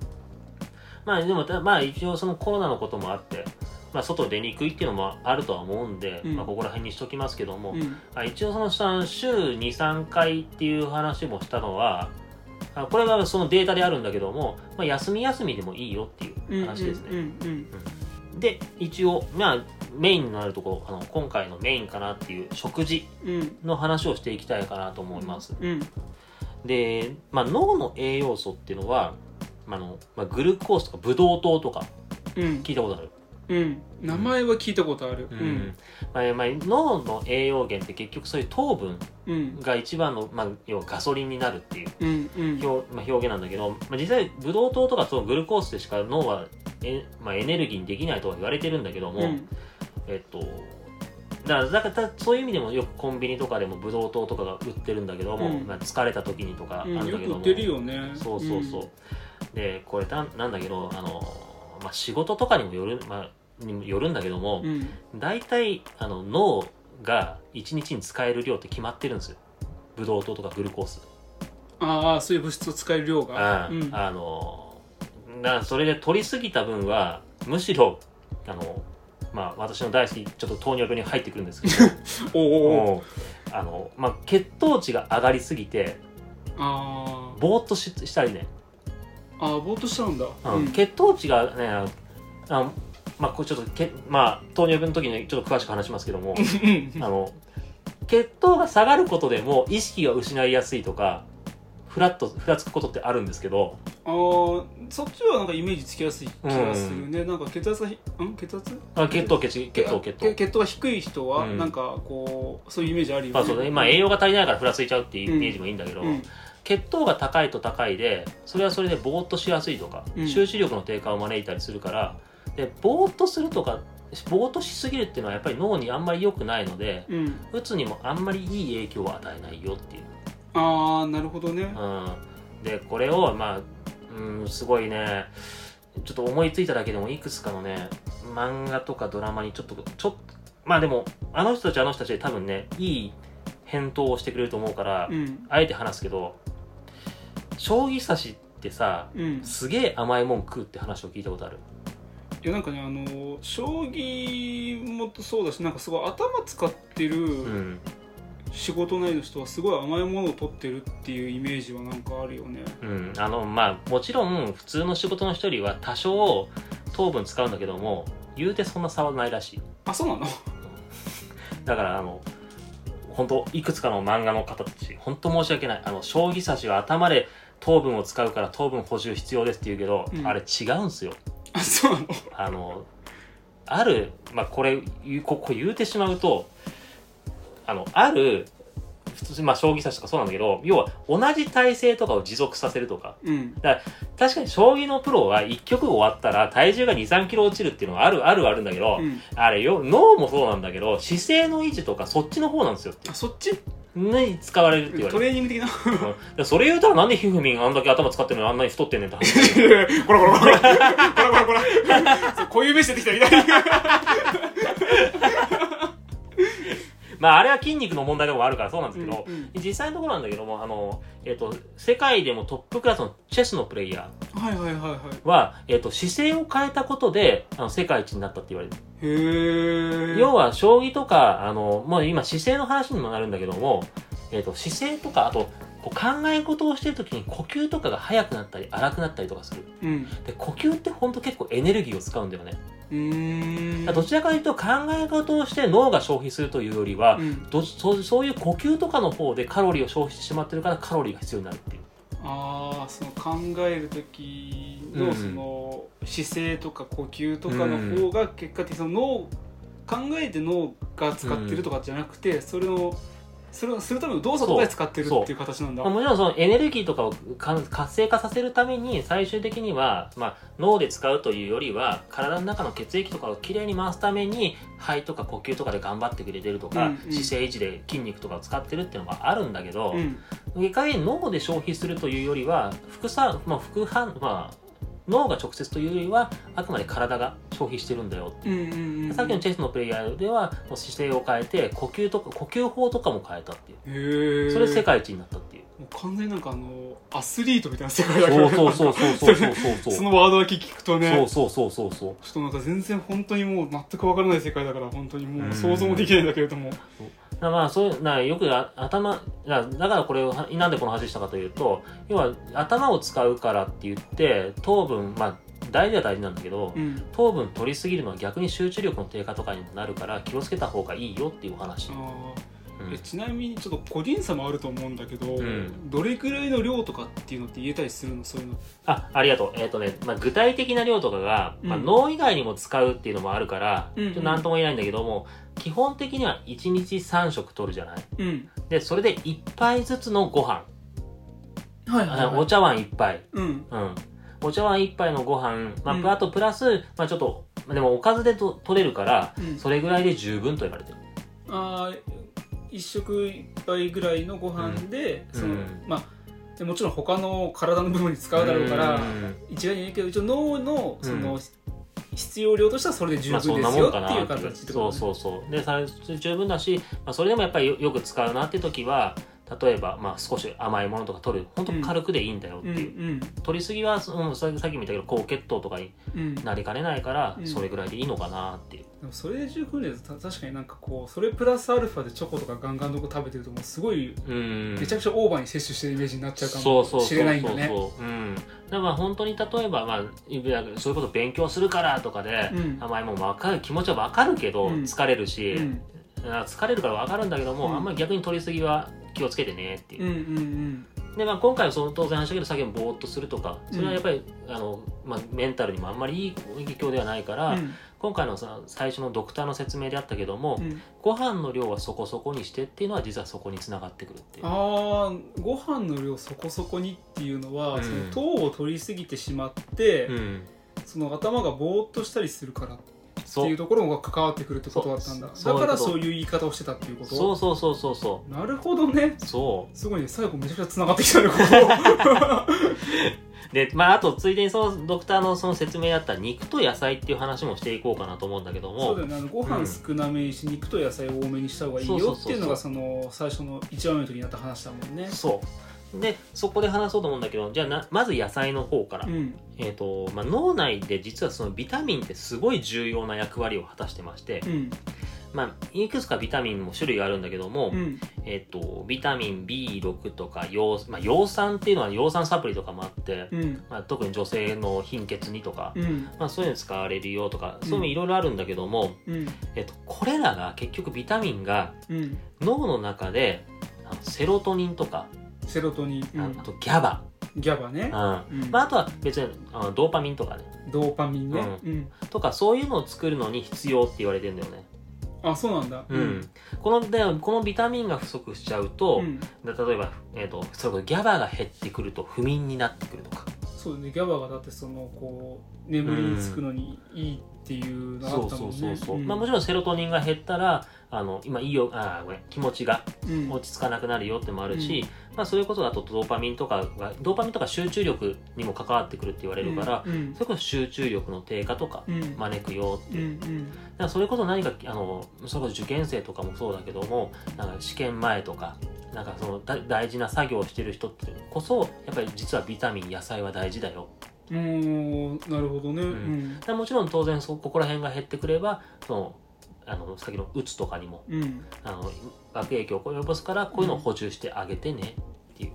[SPEAKER 2] まあでもたまあ一応そのコロナのこともあって、まあ、外出にくいっていうのもあるとは思うんで、
[SPEAKER 1] うん
[SPEAKER 2] まあ、ここら辺にしときますけども、
[SPEAKER 1] うん
[SPEAKER 2] あ一応その下週23回っていう話もしたのはあこれはそのデータであるんだけども、まあ、休み休みでもいいよっていう話ですね、
[SPEAKER 1] うんうんうん
[SPEAKER 2] で一応まあメインになるところあの今回のメインかなっていう食事
[SPEAKER 1] うんうん
[SPEAKER 2] の話をしていきたいかなと思います、
[SPEAKER 1] うん
[SPEAKER 2] で、まあ、脳の栄養素っていうのはまああの、まあ、グルコースとかブドウ糖とか
[SPEAKER 1] うん
[SPEAKER 2] 聞いたことある、
[SPEAKER 1] うん、名前は聞いたことある。うん、
[SPEAKER 2] まあまあ、脳の栄養源って結局そういう糖分
[SPEAKER 1] うん、
[SPEAKER 2] が一番の、まあ、要はガソリンになるっていう
[SPEAKER 1] うん、うん、
[SPEAKER 2] 表,、まあ、表現なんだけど、まあ、実際ブドウ糖とかそのグルコースでしか脳はえ、まあ、エネルギーにできないとは言われてるんだけども、
[SPEAKER 1] うん、
[SPEAKER 2] えっとだからだからそういう意味でもよくコンビニとかでもブドウ糖とかが売ってるんだけども、
[SPEAKER 1] うん
[SPEAKER 2] まあ、疲れた時にとかあ
[SPEAKER 1] う
[SPEAKER 2] るん
[SPEAKER 1] ん、
[SPEAKER 2] だけ
[SPEAKER 1] よ
[SPEAKER 2] ど
[SPEAKER 1] く
[SPEAKER 2] も、
[SPEAKER 1] 売ってるよね。
[SPEAKER 2] そうそうそう、でこれたなんだけどあの、まあ、仕事とかにもよる,、まあ、にもよるんだけども
[SPEAKER 1] うん。うん、
[SPEAKER 2] 大体あの脳が1日に使える量って決まってるんですよブドウ糖とかグルコース
[SPEAKER 1] ああ、そういう物質を使える量が。
[SPEAKER 2] あ,、
[SPEAKER 1] うん、
[SPEAKER 2] あのなそれで取りすぎた分はむしろあのまあ私の大好きちょっと糖尿病に入ってくるんですけど
[SPEAKER 1] おおお。
[SPEAKER 2] もうあの、まあ、血糖値が上がりすぎて
[SPEAKER 1] あー
[SPEAKER 2] ぼーっとししたりね、
[SPEAKER 1] あー、ぼーっとしちゃうんだ。
[SPEAKER 2] うん
[SPEAKER 1] うん、
[SPEAKER 2] 血糖値がねあのまあこれちょっとけ、まあ、糖尿病の時にちょっと詳しく話しますけ どもあの血糖が下がることでも意識が失いやすいとかふらっとふらつくことってあるんですけど、
[SPEAKER 1] あーそっちはなんかイメージつきやすい気がするね、なんか血圧がひん血圧
[SPEAKER 2] まあ、血糖血血糖血糖
[SPEAKER 1] け血糖が低い人は
[SPEAKER 2] うん
[SPEAKER 1] なんかこうそういうイメージあるよね、
[SPEAKER 2] まあそうねまあ、栄養が足りないからふらついちゃうっていうイメージもいいんだけど、
[SPEAKER 1] うん
[SPEAKER 2] 血糖が高いと高いでそれはそれでぼーっとしやすいとか、
[SPEAKER 1] うん
[SPEAKER 2] 集中力の低下を招いたりするからでぼーっとするとかぼーっとしすぎるっていうのはやっぱり脳にあんまり良くないので
[SPEAKER 1] うん、
[SPEAKER 2] うつにもあんまりいい影響を与えないよっていう、
[SPEAKER 1] ああなるほどね
[SPEAKER 2] うん、でこれをまあ、うん、すごいねちょっと思いついただけでもいくつかのね漫画とかドラマにちょっとちょっとまあでもあの人たちあの人たちで多分ねいい返答をしてくれると思うから、
[SPEAKER 1] うん
[SPEAKER 2] あえて話すけど将棋指しってさ
[SPEAKER 1] うん
[SPEAKER 2] すげえ甘いもん食うって話を聞いたことある
[SPEAKER 1] いやなんかねあの将棋もそうだしなんかすごい頭使って
[SPEAKER 2] う
[SPEAKER 1] る
[SPEAKER 2] ん
[SPEAKER 1] 仕事内の人はすごい甘いものを取ってるっていうイメージはなんかあるよね
[SPEAKER 2] うんあのまあもちろん普通の仕事の人よりは多少糖分使うんだけども言うてそんな差はないらしい
[SPEAKER 1] あそうなの
[SPEAKER 2] だからあの本当いくつかの漫画の方たち本当申し訳ないあの将棋指しは頭で糖分を使うから糖分補充必要ですって言うけど、
[SPEAKER 1] うん
[SPEAKER 2] あれ違うんすよ
[SPEAKER 1] あそうなの
[SPEAKER 2] あのある、まあ、これ言うここ言うてしまうとあのある普通、まあ、将棋指しとかそうなんだけど要は同じ体勢とかを持続させるとか
[SPEAKER 1] うん
[SPEAKER 2] 確かに将棋のプロは1局終わったら体重が2 3キロ落ちるっていうのはあるあるはあるんだけど、
[SPEAKER 1] うん
[SPEAKER 2] あれよ脳もそうなんだけど姿勢の維持とかそっちの方なんですよって
[SPEAKER 1] あそっち
[SPEAKER 2] ね使われるって言われ
[SPEAKER 1] ト
[SPEAKER 2] る
[SPEAKER 1] レーニング的 な
[SPEAKER 2] うんだからそれ言うたらなんでひふみんあんだけ頭使ってるのにあんなに太ってんねんって話
[SPEAKER 1] こらこらこらこらこらこら そうこういう目してきたみたいな
[SPEAKER 2] まああれは筋肉の問題でもあるからそうなんですけど、
[SPEAKER 1] うんうん
[SPEAKER 2] 実際のところなんだけどもあの、えっと世界でもトップクラスのチェスのプレイヤ
[SPEAKER 1] はいはいはいは
[SPEAKER 2] ーは、えっと姿勢を変えたことであの世界一になったって言われてる、
[SPEAKER 1] いへえ
[SPEAKER 2] 要は将棋とかあの、まあ、今姿勢の話にもなるんだけども、えっと姿勢とかあとこう考え事をしてる時に呼吸とかが速くなったり荒くなったりとかする
[SPEAKER 1] うん
[SPEAKER 2] で呼吸ってほんと結構エネルギーを使うんだよね
[SPEAKER 1] うーん
[SPEAKER 2] どちらかというと考え方をして脳が消費するというよりは、
[SPEAKER 1] うん
[SPEAKER 2] どそうそういう呼吸とかの方でカロリーを消費してしまってるからカロリーが必要になるっていう
[SPEAKER 1] ああその考える時
[SPEAKER 2] う
[SPEAKER 1] の
[SPEAKER 2] ん
[SPEAKER 1] その姿勢とか呼吸とかの方が結果的にその脳考えて脳が使ってるとかじゃなくてそれをそれをするための動作とかで使ってるっていう形なんだ
[SPEAKER 2] まあ、もちろんそのエネルギーとかをか活性化させるために最終的には、まあ、脳で使うというよりは体の中の血液とかをきれいに回すために肺とか呼吸とかで頑張ってくれてるとか、
[SPEAKER 1] うんうん
[SPEAKER 2] 姿勢維持で筋肉とかを使ってるっていうのがあるんだけど、
[SPEAKER 1] うん
[SPEAKER 2] 外科医脳で消費するというよりは副産、まあ、副反まあ脳が直接というよりはあくまで体が消費してるんだよ、
[SPEAKER 1] うんうんうんうん
[SPEAKER 2] さっきのチェスのプレイヤーではもう姿勢を変えて呼吸とか呼吸法とかも変えたってい
[SPEAKER 1] へ
[SPEAKER 2] う
[SPEAKER 1] え
[SPEAKER 2] それ世界一になったっていう、
[SPEAKER 1] もう完全になんかあのアスリートみたいな世界だけど
[SPEAKER 2] そうそうそうそうそうそう
[SPEAKER 1] そ
[SPEAKER 2] そう
[SPEAKER 1] のワードだけ聞くとね
[SPEAKER 2] そうそうそうそうそう
[SPEAKER 1] ちょっとなんか全然本当にもう全くわからない世界だから本当にも
[SPEAKER 2] う
[SPEAKER 1] うん想像もできないんだけれども
[SPEAKER 2] だからまあそういうなよくあ頭だだからこれをはなんでこの話したかというと要は頭を使うからって言って糖分まあ大事は大事なんだけど、
[SPEAKER 1] うん
[SPEAKER 2] 糖分取りすぎるのは逆に集中力の低下とかにもなるから気をつけた方がいいよっていうお話、
[SPEAKER 1] あ
[SPEAKER 2] う
[SPEAKER 1] ー
[SPEAKER 2] ん
[SPEAKER 1] えちなみにちょっと個人差もあると思うんだけど、
[SPEAKER 2] うん
[SPEAKER 1] どれくらいの量とかっていうのって言えたりするのそういうの
[SPEAKER 2] あありがとうえっ、とね、まあ、具体的な量とかが、まあ、
[SPEAKER 1] うん
[SPEAKER 2] 脳以外にも使うっていうのもあるから、
[SPEAKER 1] うんうん
[SPEAKER 2] ちょっと何とも言えないんだけども基本的には1日3食取るじゃない
[SPEAKER 1] うん
[SPEAKER 2] でそれで1杯ずつのご飯、
[SPEAKER 1] はい
[SPEAKER 2] あお茶碗1杯
[SPEAKER 1] うん
[SPEAKER 2] うんお茶碗1杯のご飯、まあ
[SPEAKER 1] うん
[SPEAKER 2] あとプラス、まあ、ちょっとまあでもおかずでと取れるから
[SPEAKER 1] うん
[SPEAKER 2] それぐらいで十分と言われてる
[SPEAKER 1] あー一食一杯ぐらいのご飯で、
[SPEAKER 2] うん
[SPEAKER 1] その
[SPEAKER 2] うん
[SPEAKER 1] まあでもちろん他の体の部分に使うだろうから、
[SPEAKER 2] うん
[SPEAKER 1] 一概には言うけど一応脳のその、
[SPEAKER 2] う
[SPEAKER 1] 必要量としてはそれで十
[SPEAKER 2] まあそ
[SPEAKER 1] 分
[SPEAKER 2] ん
[SPEAKER 1] で
[SPEAKER 2] な
[SPEAKER 1] す
[SPEAKER 2] も
[SPEAKER 1] よ
[SPEAKER 2] んか
[SPEAKER 1] って
[SPEAKER 2] な
[SPEAKER 1] いう
[SPEAKER 2] って
[SPEAKER 1] 形って
[SPEAKER 2] そうそうそうでさ十分だし、まあ、それでもやっぱりよよく使うなって時は例えば、まあ、少し甘いものとか取る本当軽くでいいんだよって
[SPEAKER 1] うんう
[SPEAKER 2] いう、
[SPEAKER 1] ん
[SPEAKER 2] 取りすぎは、うん、ささっきも言ったけど高血糖とかに
[SPEAKER 1] うん
[SPEAKER 2] なりかねないから、
[SPEAKER 1] うん
[SPEAKER 2] それぐらいでいいのかなっていう
[SPEAKER 1] でもそれで十分ですた確かになんかこうそれプラスアルファでチョコとかガンガンとこ食べてるともうすごい
[SPEAKER 2] うん
[SPEAKER 1] めちゃくちゃオーバーに摂取してるイメージになっちゃうか
[SPEAKER 2] そうそ
[SPEAKER 1] も
[SPEAKER 2] うそう
[SPEAKER 1] し
[SPEAKER 2] そう
[SPEAKER 1] れないんだね
[SPEAKER 2] そううんだからまあ本当に例えば、まあ、いやそういうこと勉強するからとかで、
[SPEAKER 1] うん
[SPEAKER 2] 甘いもん分かる気持ちは分かるけど、
[SPEAKER 1] うん
[SPEAKER 2] 疲れるし、
[SPEAKER 1] うん
[SPEAKER 2] あ疲れるから分かるんだけども、
[SPEAKER 1] うん
[SPEAKER 2] あんまり逆に取りすぎは気をつけてねっていう
[SPEAKER 1] うんうんうん
[SPEAKER 2] でまあ、今回はその当然話だけど作業もぼーっとするとかそれはやっぱり、あのまあ、メンタルにもあんまりいい影響ではないから、
[SPEAKER 1] うん
[SPEAKER 2] 今回のさ最初のドクターの説明であったけども、
[SPEAKER 1] うん
[SPEAKER 2] ご飯の量はそこそこにしてっていうのは実はそこにつながってくるっていう。
[SPEAKER 1] あーご飯の量そこそこにっていうのは、
[SPEAKER 2] うん
[SPEAKER 1] その糖を取りすぎてしまって、
[SPEAKER 2] うん、
[SPEAKER 1] その頭がぼーっとしたりするからって
[SPEAKER 2] そ
[SPEAKER 1] いううところが関わってくるってことだったんだ
[SPEAKER 2] そう
[SPEAKER 1] だから
[SPEAKER 2] そ
[SPEAKER 1] そう
[SPEAKER 2] ういうこと
[SPEAKER 1] いう言い方をしてたっていうこと
[SPEAKER 2] そうそうそうそうそ
[SPEAKER 1] なるほどね
[SPEAKER 2] うそ
[SPEAKER 1] すごいね最後めちゃくちゃつながってきたねこ こ
[SPEAKER 2] うでまああとついでにそのドクターのその説明だった肉と野菜っていう話もしていこうかなと思うんだけど
[SPEAKER 1] そうだ
[SPEAKER 2] も
[SPEAKER 1] よねあのご飯少なめにし、肉と野菜多めにした方がいい
[SPEAKER 2] そうそ
[SPEAKER 1] よ
[SPEAKER 2] うそ
[SPEAKER 1] っ
[SPEAKER 2] うそう
[SPEAKER 1] ていうのがその最初の1話目の時にあった話だもんね
[SPEAKER 2] そうでそこで話そうと思うんだけどじゃあなまず野菜の方から
[SPEAKER 1] う、ん
[SPEAKER 2] えーとまあ、脳内で実はそのビタミンってすごい重要な役割を果たしてまして
[SPEAKER 1] うん
[SPEAKER 2] まあ、いくつかビタミンも種類があるんだけども、
[SPEAKER 1] うん
[SPEAKER 2] えっと、ビタミン B6 とか葉,、まあ、葉酸っていうのは葉酸サプリとかもあって、
[SPEAKER 1] うん
[SPEAKER 2] まあ、特に女性の貧血にとか、
[SPEAKER 1] うん
[SPEAKER 2] まあ、そういうの使われるよとか
[SPEAKER 1] うん
[SPEAKER 2] そういうのいろいろあるんだけども、
[SPEAKER 1] うん
[SPEAKER 2] えっと、これらが結局ビタミンが
[SPEAKER 1] うん
[SPEAKER 2] 脳の中であのセロトニンとか、
[SPEAKER 1] セロトニン、う
[SPEAKER 2] あ
[SPEAKER 1] ん
[SPEAKER 2] あとギャバ、
[SPEAKER 1] ギャバね
[SPEAKER 2] う
[SPEAKER 1] う
[SPEAKER 2] ん、ま
[SPEAKER 1] ん
[SPEAKER 2] あ、あとは別にあのドーパミンとかね
[SPEAKER 1] ドーパミンね、うん
[SPEAKER 2] とかそういうのを作るのに必要って言われてんだよね、
[SPEAKER 1] あそうなんだ
[SPEAKER 2] うん、このでこのビタミンが不足しちゃう
[SPEAKER 1] う
[SPEAKER 2] と、
[SPEAKER 1] ん
[SPEAKER 2] で例えば、えー、とそれこそギャバが減ってくると不眠になってくるとか
[SPEAKER 1] そうねギャバがだってそのこう眠りにつくのにいいっていうのがあったもんね
[SPEAKER 2] まあ、もちろんセロトニンが減ったらあの今いいよあーごめん気持ちが
[SPEAKER 1] ろん
[SPEAKER 2] 落ち着かなくなるよってもあるし、まあ、そういうことだとドーパミンとかがドーパミンとか集中力にも関わってくるって言われるから、
[SPEAKER 1] うん
[SPEAKER 2] それこそ集中力の低下とか
[SPEAKER 1] うんうん
[SPEAKER 2] 招くよって
[SPEAKER 1] う
[SPEAKER 2] いうんだからそれこそ何かあのそれこそ受験生とかもそうだけどもなんか試験前とかなんかそのだ大事な作業をしてる人ってこそやっぱり実はビタミン野菜は大事だよ
[SPEAKER 1] うんおーなるほどね、う
[SPEAKER 2] うん
[SPEAKER 1] ん
[SPEAKER 2] だからもちろん当然そここら辺が減ってくればそのあの先のうつとかにも
[SPEAKER 1] うん、
[SPEAKER 2] あの悪影響を及ぼすからこういうのを補充してあげてね、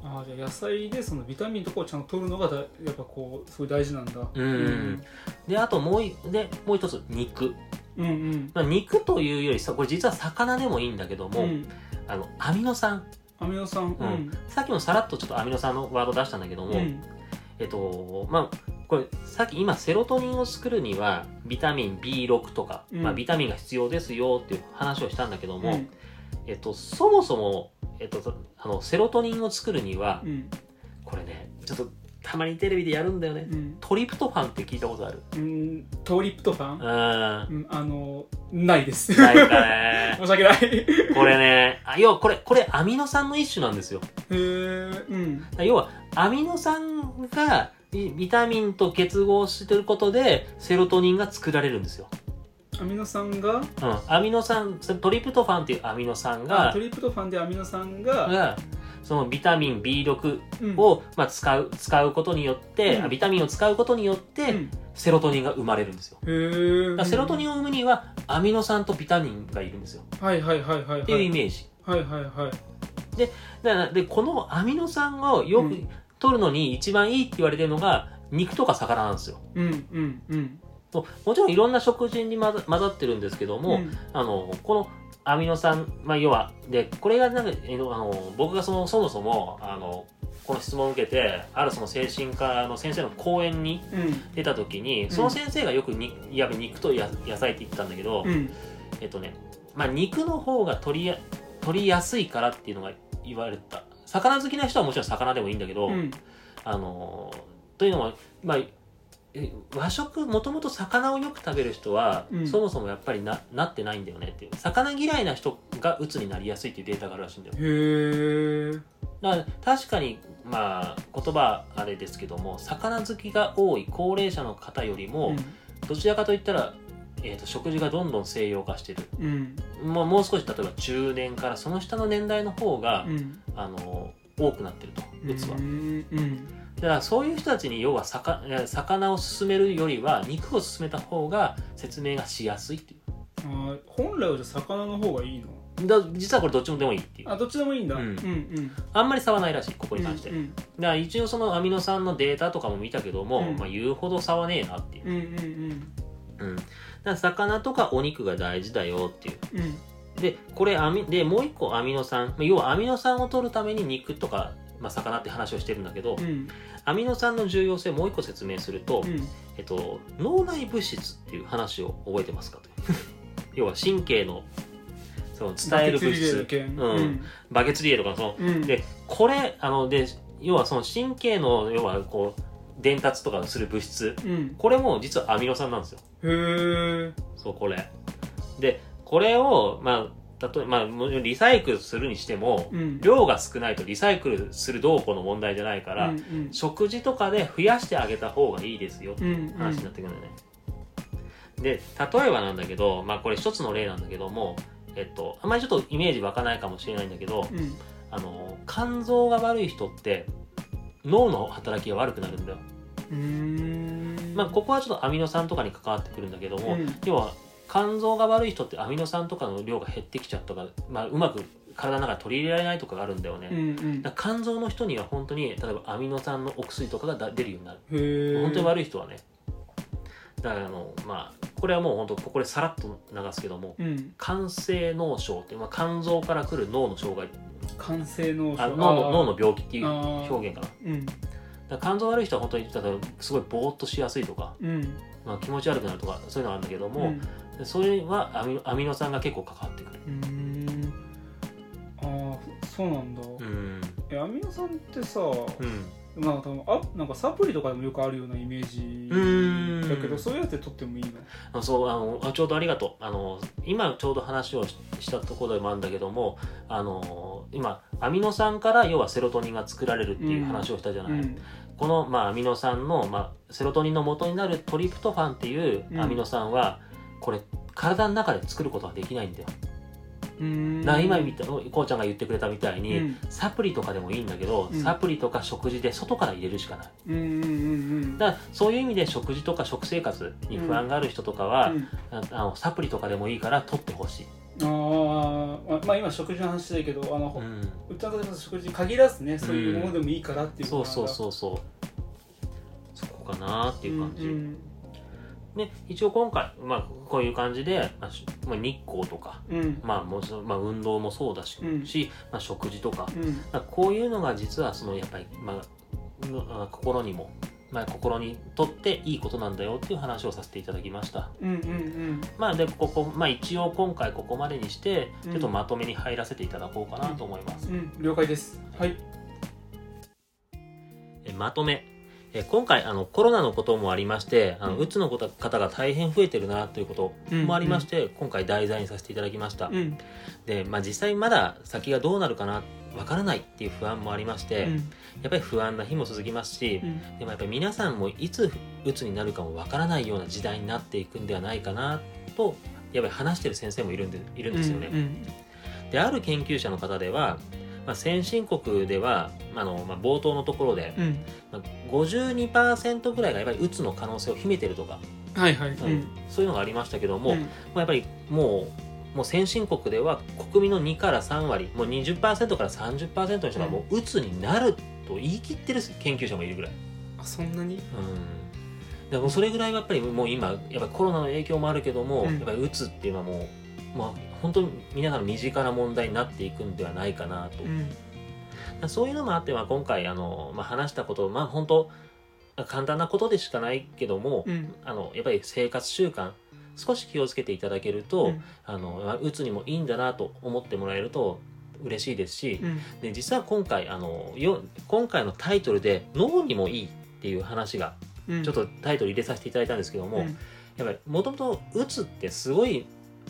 [SPEAKER 1] ああじゃあ野菜でそのビタミンとかをちゃんと取るのがだやっぱこうすごい大事なんだ
[SPEAKER 2] うんであともういでもう一つ肉、
[SPEAKER 1] うんうん
[SPEAKER 2] まあ、肉というよりさこれ実は魚でもいいんだけど
[SPEAKER 1] う
[SPEAKER 2] も、
[SPEAKER 1] ん
[SPEAKER 2] あのアミノ酸
[SPEAKER 1] アミノ酸う
[SPEAKER 2] うんんさっきもさらっとちょっとアミノ酸のワード出したんだけども、
[SPEAKER 1] うん
[SPEAKER 2] えっとまあこれさっき今セロトニンを作るにはビタミン B6 とか、
[SPEAKER 1] うん
[SPEAKER 2] まあ、ビタミンが必要ですよっていう話をしたんだけど
[SPEAKER 1] う
[SPEAKER 2] も、
[SPEAKER 1] ん
[SPEAKER 2] えっと、そもそも、えっと、そあのセロトニンを作るには、
[SPEAKER 1] うん
[SPEAKER 2] これねちょっとたまにテレビでやるんだよね、
[SPEAKER 1] うん
[SPEAKER 2] トリプトファンって聞いたことある
[SPEAKER 1] うんトリプトファ
[SPEAKER 2] う
[SPEAKER 1] ン
[SPEAKER 2] ーん
[SPEAKER 1] うんあのないです
[SPEAKER 2] ないか
[SPEAKER 1] 申
[SPEAKER 2] ね
[SPEAKER 1] し訳ない へ
[SPEAKER 2] これねあ要はこれこれアミノ酸の一種なんですよ
[SPEAKER 1] えうん
[SPEAKER 2] 要はアミノ酸がビビタミンと結合してることでセロトニンが作られるんですよ、
[SPEAKER 1] アミノ酸が
[SPEAKER 2] うん、アミノ酸トリプトファンっていうアミノ酸
[SPEAKER 1] あ
[SPEAKER 2] が
[SPEAKER 1] トリプトファンでアミノ酸が、
[SPEAKER 2] がそのビタミン B6
[SPEAKER 1] うん
[SPEAKER 2] を、まあ、使う使うことによって、
[SPEAKER 1] うん
[SPEAKER 2] ビタミンを使うことによっ
[SPEAKER 1] う
[SPEAKER 2] て、
[SPEAKER 1] ん
[SPEAKER 2] セロトニンが生まれるんですよだ
[SPEAKER 1] へ
[SPEAKER 2] から
[SPEAKER 1] え
[SPEAKER 2] セロトニ
[SPEAKER 1] ン
[SPEAKER 2] ンを生むにはアミノ酸とビタミンがいるんですよ
[SPEAKER 1] はいはいはいはい
[SPEAKER 2] っ
[SPEAKER 1] は
[SPEAKER 2] ていうイ
[SPEAKER 1] い
[SPEAKER 2] メージ
[SPEAKER 1] はいはいはい
[SPEAKER 2] だからでこのアミノ酸をよく
[SPEAKER 1] う
[SPEAKER 2] 取るのに一番いいって言われてるのが肉とか魚なんですよ
[SPEAKER 1] うんうんうん
[SPEAKER 2] ももちろんいろんな食事に混ざ混ざってるんですけども、
[SPEAKER 1] うん
[SPEAKER 2] あのこのアミノ酸、まあ、要はでこれがなんかえのあの僕がそのそもそもあのこの質問を受けてあるその精神科の先生の講演に
[SPEAKER 1] うん
[SPEAKER 2] 出た時に
[SPEAKER 1] ん
[SPEAKER 2] その先生がよくに、いや肉とや野菜って言ってたんだけど、
[SPEAKER 1] うん
[SPEAKER 2] えっとね、まあ、肉の方が取りや取りやすいからっていうのが言われた魚好きな人はもちろん魚でもいいんだけど、
[SPEAKER 1] うん
[SPEAKER 2] あのーというのも、まあ、え和食もともと魚をよく食べる人は、
[SPEAKER 1] うん
[SPEAKER 2] そもそもやっぱりななってないんだよねっていう魚嫌いな人が鬱になりやすいっていうデータがあるらしいんだよ
[SPEAKER 1] へえ
[SPEAKER 2] だから確かにまあ言葉あれですけども魚好きが多い高齢者の方よりも、どちらかといったら、えー、と食事がどんどん西洋化してる、
[SPEAKER 1] うん
[SPEAKER 2] まあ、もう少し例えば中年からその下の年代の方が、
[SPEAKER 1] うん
[SPEAKER 2] あの多くなってると
[SPEAKER 1] うん
[SPEAKER 2] 鬱は、
[SPEAKER 1] うんうん
[SPEAKER 2] だからそういう人たちに要は魚えー魚を勧めるよりは肉を勧めた方が説明がしやすいってい
[SPEAKER 1] あー本来はじゃあ魚の方がいいの
[SPEAKER 2] うだ実はこれどっちもでもいいっていう
[SPEAKER 1] あどっちでもいいんだ
[SPEAKER 2] うん
[SPEAKER 1] うんうん
[SPEAKER 2] あんまり差はないらしいここに関して、
[SPEAKER 1] うんうん
[SPEAKER 2] だから一応そのアミノ酸のデータとかも見たけども、
[SPEAKER 1] うん
[SPEAKER 2] まあ、言うほど差はねえなっていう、
[SPEAKER 1] うんうん
[SPEAKER 2] うん、だから魚とかお肉が大事だよっていう
[SPEAKER 1] うんうん
[SPEAKER 2] でこれアミでもう一個アミノ酸まあ要はアミノ酸を取るために肉とか、まあ、魚って話をしてるんだけど、
[SPEAKER 1] うん
[SPEAKER 2] アミノ酸の重要性をもう一個説明すると、
[SPEAKER 1] うん
[SPEAKER 2] えっと、脳内物質っていう話を覚えてますかと 要は神経のその伝える物質
[SPEAKER 1] バケツリレーの件
[SPEAKER 2] うんバケツリエとかその
[SPEAKER 1] うん
[SPEAKER 2] でこれあので要はその神経の要はこう伝達とかする物質
[SPEAKER 1] うん
[SPEAKER 2] これも実はアミノ酸なんですよ
[SPEAKER 1] へえ
[SPEAKER 2] そうこれでこれをまあ例えば、まあ、リサイクルするにしても、
[SPEAKER 1] うん
[SPEAKER 2] 量が少ないとリサイクルするどうこうの問題じゃないから、
[SPEAKER 1] うんうん
[SPEAKER 2] 食事とかで増やしてあげた方がいいですよって
[SPEAKER 1] うんうん
[SPEAKER 2] 話になってくるんだよね、で例えばなんだけどまあこれ一つの例なんだけどもえっとあんまりちょっとイメージ湧かないかもしれないんだけど、
[SPEAKER 1] うん
[SPEAKER 2] あの肝臓が悪い人って脳の働きが悪くなるんだよ、
[SPEAKER 1] うーん
[SPEAKER 2] まあ、ここはちょっとアミノ酸とかに関わってくるんだけども、
[SPEAKER 1] うん
[SPEAKER 2] 要は肝臓が悪い人ってアミノ酸とかの量が減ってきちゃうとか、まあ、うまく体の中で取り入れられないとかがあるんだよね、
[SPEAKER 1] うんうん
[SPEAKER 2] だから肝臓の人には本当に例えばアミノ酸のお薬とかが出るようになる
[SPEAKER 1] へえ
[SPEAKER 2] 本当に悪い人はねだからあのまあこれはもう本当ここでさらっと流すけども
[SPEAKER 1] うん
[SPEAKER 2] 肝性脳症って、まあ、肝臓から来る脳の障害
[SPEAKER 1] 完成脳
[SPEAKER 2] あ
[SPEAKER 1] 症
[SPEAKER 2] 脳の脳
[SPEAKER 1] の
[SPEAKER 2] の病気っていう
[SPEAKER 1] あー
[SPEAKER 2] 表現かな
[SPEAKER 1] うん
[SPEAKER 2] だから肝臓悪い人は本当に例えばすごいぼーっとしやすいとか、
[SPEAKER 1] うん
[SPEAKER 2] まあ、気持ち悪くなるとかそういうのがあるんだけど
[SPEAKER 1] う
[SPEAKER 2] も
[SPEAKER 1] ん、
[SPEAKER 2] でそれはアミノアミノ酸が結構関わってくる
[SPEAKER 1] うーんああそうなんだ、
[SPEAKER 2] うん
[SPEAKER 1] えアミノ酸ってさ、
[SPEAKER 2] うん
[SPEAKER 1] なんか多分あなんかサプリとかでもよくあるようなイメ
[SPEAKER 2] うー
[SPEAKER 1] ー
[SPEAKER 2] ん
[SPEAKER 1] ジだけどそういうやつで取ってもいいの
[SPEAKER 2] あそうあのあちょうどありがとうあの今ちょうど話をししたところでもあるんだけどもあの今アミノ酸から要はセロトニンが作られるっていう話をしたじゃない、
[SPEAKER 1] うん
[SPEAKER 2] この、まあ、アミノ酸の、まあ、セロトニンの元になるトリプトファンっていう
[SPEAKER 1] うん
[SPEAKER 2] アミノ酸は、これ体の中で作ることはできないんだよ、
[SPEAKER 1] うーん
[SPEAKER 2] だから今みたこうちゃんが言ってくれたみたいに、
[SPEAKER 1] うん
[SPEAKER 2] サプリとかでもいいんだけど、
[SPEAKER 1] うん
[SPEAKER 2] サプリとか食事で外から入れるしかない
[SPEAKER 1] うんうんうん
[SPEAKER 2] だからそういう意味で食事とか食生活に不安がある人とかは、
[SPEAKER 1] うんうん
[SPEAKER 2] ああのサプリとかでもいいから取ってほしい、
[SPEAKER 1] ああまあ今食事の話だけどあの、
[SPEAKER 2] うん、
[SPEAKER 1] うちの方の食事に限らずねそういうものでもいいからっていう
[SPEAKER 2] そうそう
[SPEAKER 1] うっ
[SPEAKER 2] そうそうそこかなって
[SPEAKER 1] て
[SPEAKER 2] いう感じ、
[SPEAKER 1] うん
[SPEAKER 2] で一応今回、まあ、こういう感じで、まあしまあ、日光とか、
[SPEAKER 1] うんうん
[SPEAKER 2] まあもうそまあ、運動もそうだし,、
[SPEAKER 1] うん
[SPEAKER 2] しまあ、食事とか
[SPEAKER 1] うん
[SPEAKER 2] まあこういうのが実はそのやっぱり、まあのまあ、心にも、まあ、心にとっていいことなんだよっていう話をさせていただきました
[SPEAKER 1] うんうん
[SPEAKER 2] まあでここ、まあ、一応今回ここまでにして
[SPEAKER 1] う
[SPEAKER 2] ち
[SPEAKER 1] ん
[SPEAKER 2] ょっとまとめに入らせていただこうかなと思います、
[SPEAKER 1] うんうん了解ですはい
[SPEAKER 2] えまとめえ今回あのコロナのこともありましてあの、
[SPEAKER 1] う
[SPEAKER 2] うんつのこと方が大変増えてるなということもありまして、今回題材にさせていただきました、
[SPEAKER 1] うん
[SPEAKER 2] で、まあ、実際まだ先がどうなるかなわからないっていう不安もありまして、
[SPEAKER 1] う
[SPEAKER 2] や
[SPEAKER 1] ん
[SPEAKER 2] っぱり不安な日も続きますし、
[SPEAKER 1] うん
[SPEAKER 2] でもやっぱり皆さんもいつうつになるかもわからないような時代になっていくんではないかなとやっぱり話してる先生もいるんでいるんですよね。
[SPEAKER 1] うん
[SPEAKER 2] である研究者の方では、まあ、先進国ではあの、まあ、冒頭のところで、
[SPEAKER 1] うん
[SPEAKER 2] まあ、52%ぐらいがやっぱりうつの可能性を秘めてるとか、
[SPEAKER 1] うんはいはい
[SPEAKER 2] うんそういうのがありましたけども、
[SPEAKER 1] うん
[SPEAKER 2] もうやっぱりもうもう先進国では国民の2から3割もう20%から30%の人がもううつになると言い切ってる研究者もいるぐらい。
[SPEAKER 1] あそんなに
[SPEAKER 2] うん、でもそれぐらいはやっぱりもう今やっぱりコロナの影響もあるけども、
[SPEAKER 1] うん
[SPEAKER 2] やっぱりうつっていうのはもう、まあ、本当に皆さんの身近な問題になっていくんではないかなと、
[SPEAKER 1] うん
[SPEAKER 2] そういうのもあって、まあ、今回あの、まあ、話したことまあ本当簡単なことでしかないけども、
[SPEAKER 1] うん
[SPEAKER 2] あのやっぱり生活習慣少し気をつけていただける
[SPEAKER 1] う
[SPEAKER 2] と、
[SPEAKER 1] ん
[SPEAKER 2] あのまあうつにもいいんだなと思ってもらえると嬉しいですし、
[SPEAKER 1] うん
[SPEAKER 2] で実は今回あのよ今回のタイトルで「脳にもいい」っていう話が
[SPEAKER 1] うん
[SPEAKER 2] ちょっとタイトル入れさせていただいたんですけども、
[SPEAKER 1] うん
[SPEAKER 2] やっぱりもともとうつってすごい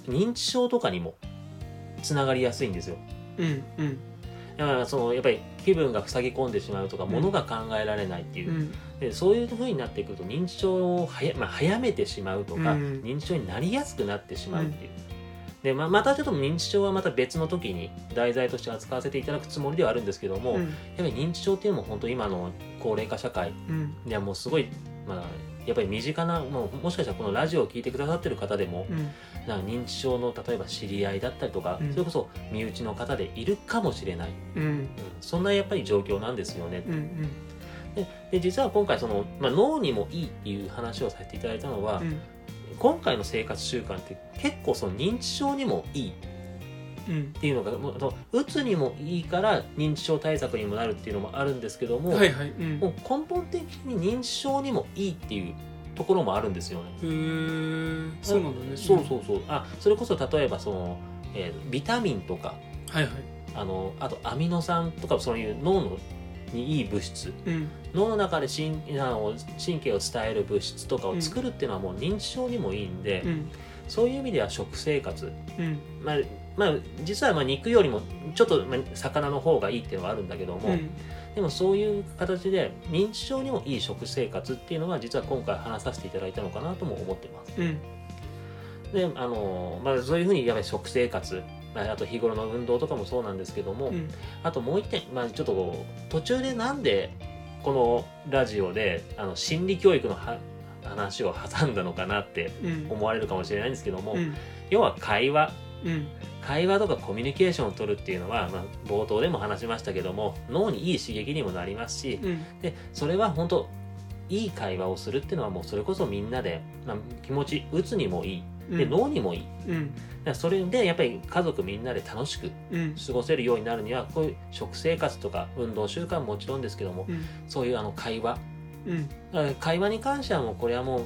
[SPEAKER 2] 認知症とかにもつながりやすいんですよ。
[SPEAKER 1] うんうん
[SPEAKER 2] だからそのやっぱり気分が塞ぎ込んでしまうとか
[SPEAKER 1] うん
[SPEAKER 2] 物が考えられないっていうう、
[SPEAKER 1] ん
[SPEAKER 2] でそういうふうになってくると認知症を早,、まあ、早めてしまうとか、
[SPEAKER 1] うん
[SPEAKER 2] 認知症になりやすくなってしまうっていう。でまあ、またちょっと認知症はまた別の時に題材として扱わせていただくつもりではあるんですけども、
[SPEAKER 1] うん
[SPEAKER 2] やっぱり認知症っていうのも本当今の高齢化社会
[SPEAKER 1] うん
[SPEAKER 2] いやもうすごい、まあ、やっぱり身近なもうもしかしたらこのラジオを聞いてくださってる方でも、
[SPEAKER 1] うん
[SPEAKER 2] なんか認知症の例えば知り合いだったりとか、
[SPEAKER 1] うん
[SPEAKER 2] それこそ身内の方でいるかもしれない、うん
[SPEAKER 1] うん
[SPEAKER 2] そんなやっぱり状況なんですよね
[SPEAKER 1] う。ん
[SPEAKER 2] で実は今回その、まあ、脳にもいいっていう話をさせていただいたのは、
[SPEAKER 1] うん
[SPEAKER 2] 今回の生活習慣って結構その認知症にもいいっ
[SPEAKER 1] うん
[SPEAKER 2] ていうのがもうあのうつにもいいから認知症対策にもなるっていうのもあるんですけども、
[SPEAKER 1] はいはいうん
[SPEAKER 2] もう根本的に認知症にもいいっていうところもあるんですよね。
[SPEAKER 1] へーそうなんだね
[SPEAKER 2] そうそうそうあそれこそ例えばその、えービタミンとか
[SPEAKER 1] はいはい
[SPEAKER 2] あのあとアミノ酸とかそういう脳のにいい物質
[SPEAKER 1] うん
[SPEAKER 2] 脳の中で神あの神経を伝える物質とか
[SPEAKER 1] う
[SPEAKER 2] を
[SPEAKER 1] ん
[SPEAKER 2] 作るっていうのはもう認知症にもいいんで、
[SPEAKER 1] うん
[SPEAKER 2] そういう意味では食生活、
[SPEAKER 1] うん
[SPEAKER 2] まあまあ、実はまあ肉よりもちょっとまあ魚の方がいいっていうのはあるんだけども、
[SPEAKER 1] うん
[SPEAKER 2] でもそういう形で認知症にもいい食生活っていうのは実は今回話させていただいたのかなとも思ってます。
[SPEAKER 1] うん
[SPEAKER 2] であの、まあ、そういうふうにやっぱり食生活、まあ、あと日頃の運動とかもそうなんですけども、
[SPEAKER 1] うん
[SPEAKER 2] あともう一点、まあ、ちょっとこう途中でなんでこのラジオであの心理教育のは話を挟んだのかなって
[SPEAKER 1] うん
[SPEAKER 2] 思われるかもしれないんですけども、
[SPEAKER 1] うん
[SPEAKER 2] 要は会話
[SPEAKER 1] うん
[SPEAKER 2] 会話とかコミュニケーションを取るっていうのは、まあ、冒頭でも話しましたけども脳にいい刺激にもなりますし
[SPEAKER 1] うん
[SPEAKER 2] でそれは本当いい会話をするっていうのはもうそれこそみんなで、まあ、気持ち打つにもいいで
[SPEAKER 1] うん
[SPEAKER 2] 脳にもいいだか
[SPEAKER 1] うん
[SPEAKER 2] らそれでやっぱり家族みんなで楽しく
[SPEAKER 1] うん
[SPEAKER 2] 過ごせるようになるにはこういう食生活とか運動習慣ももちろんですけども
[SPEAKER 1] うん
[SPEAKER 2] そういうあの会話
[SPEAKER 1] うん
[SPEAKER 2] うん会話に関してはもうこれはもう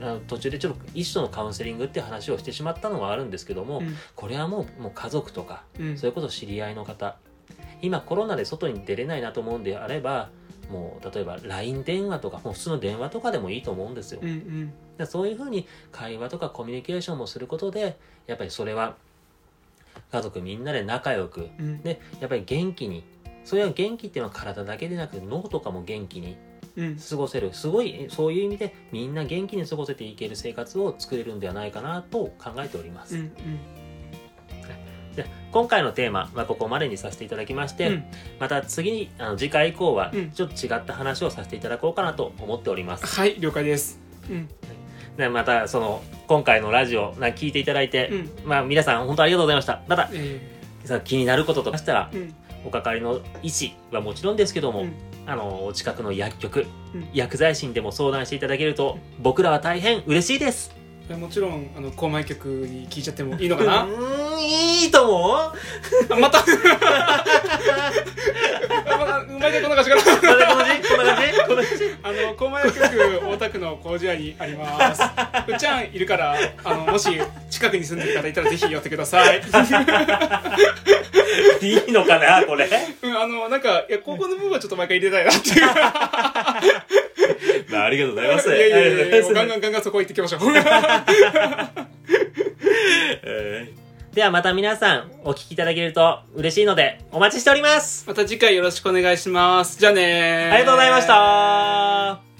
[SPEAKER 2] あの途中でちょっと一種のカウンセリングっていう話をしてしまったのはあるんですけども、
[SPEAKER 1] うん
[SPEAKER 2] これはもうもう家族とか
[SPEAKER 1] うん
[SPEAKER 2] それこそ知り合いの方今コロナで外に出れないなと思うんであればもう例えば LINE 電話とかもう普通の電話とかでもいいと思うんですよ、
[SPEAKER 1] うんうん
[SPEAKER 2] でそういうふうに会話とかコミュニケーションもすることでやっぱりそれは家族みんなで仲良く
[SPEAKER 1] うん
[SPEAKER 2] でやっぱり元気にそれは元気っていうのは体だけでなく脳とかも元気に
[SPEAKER 1] うん
[SPEAKER 2] 過ごせるすごいそういう意味でみんな元気に過ごせていける生活を作れるんではないかなと考えております、
[SPEAKER 1] うん
[SPEAKER 2] で今回のテーマはここまでにさせていただきまして、
[SPEAKER 1] うん
[SPEAKER 2] また次あの次回以降は
[SPEAKER 1] うん
[SPEAKER 2] ちょっと違った話をさせていただこうかなと思っております、
[SPEAKER 1] はい了解ですうん
[SPEAKER 2] でまたその今回のラジオな聞いていただいて、
[SPEAKER 1] うん
[SPEAKER 2] まあ皆さん本当ありがとうございましたただ
[SPEAKER 1] え
[SPEAKER 2] さ気になることとかしたら
[SPEAKER 1] ーうん
[SPEAKER 2] おかかりの医師はもちろんですけど
[SPEAKER 1] う
[SPEAKER 2] も、
[SPEAKER 1] ん
[SPEAKER 2] あのお近くの薬局、
[SPEAKER 1] うん
[SPEAKER 2] 薬剤師にでも相談していただけると僕らは大変嬉しいです
[SPEAKER 1] これもちろんあの購買曲に聞いちゃってもいいのかな
[SPEAKER 2] うーんいいと思う
[SPEAKER 1] あまたあまたうまいでこんな感じかな
[SPEAKER 2] こんな感じこんな感じこんな感じ
[SPEAKER 1] あの高前局大田区の工事屋にあります うっちゃんいるからあのもし近くに住んでる方いたらぜひ寄ってください
[SPEAKER 2] いいのかなこれ
[SPEAKER 1] うんあのなんかいや高校の部分はちょっと毎回入れたいなっていう
[SPEAKER 2] まあ、ありがとうございます。
[SPEAKER 1] いやいやいやいやもうガン
[SPEAKER 2] ありがとうございま
[SPEAKER 1] ガンガンガンそこ行ってきましょう は
[SPEAKER 2] すえーではまた皆さんお聞きいただけると嬉しいのでお待ちしております。
[SPEAKER 1] また次回よろしくお願いしますじゃあねー
[SPEAKER 2] ありがとうございました。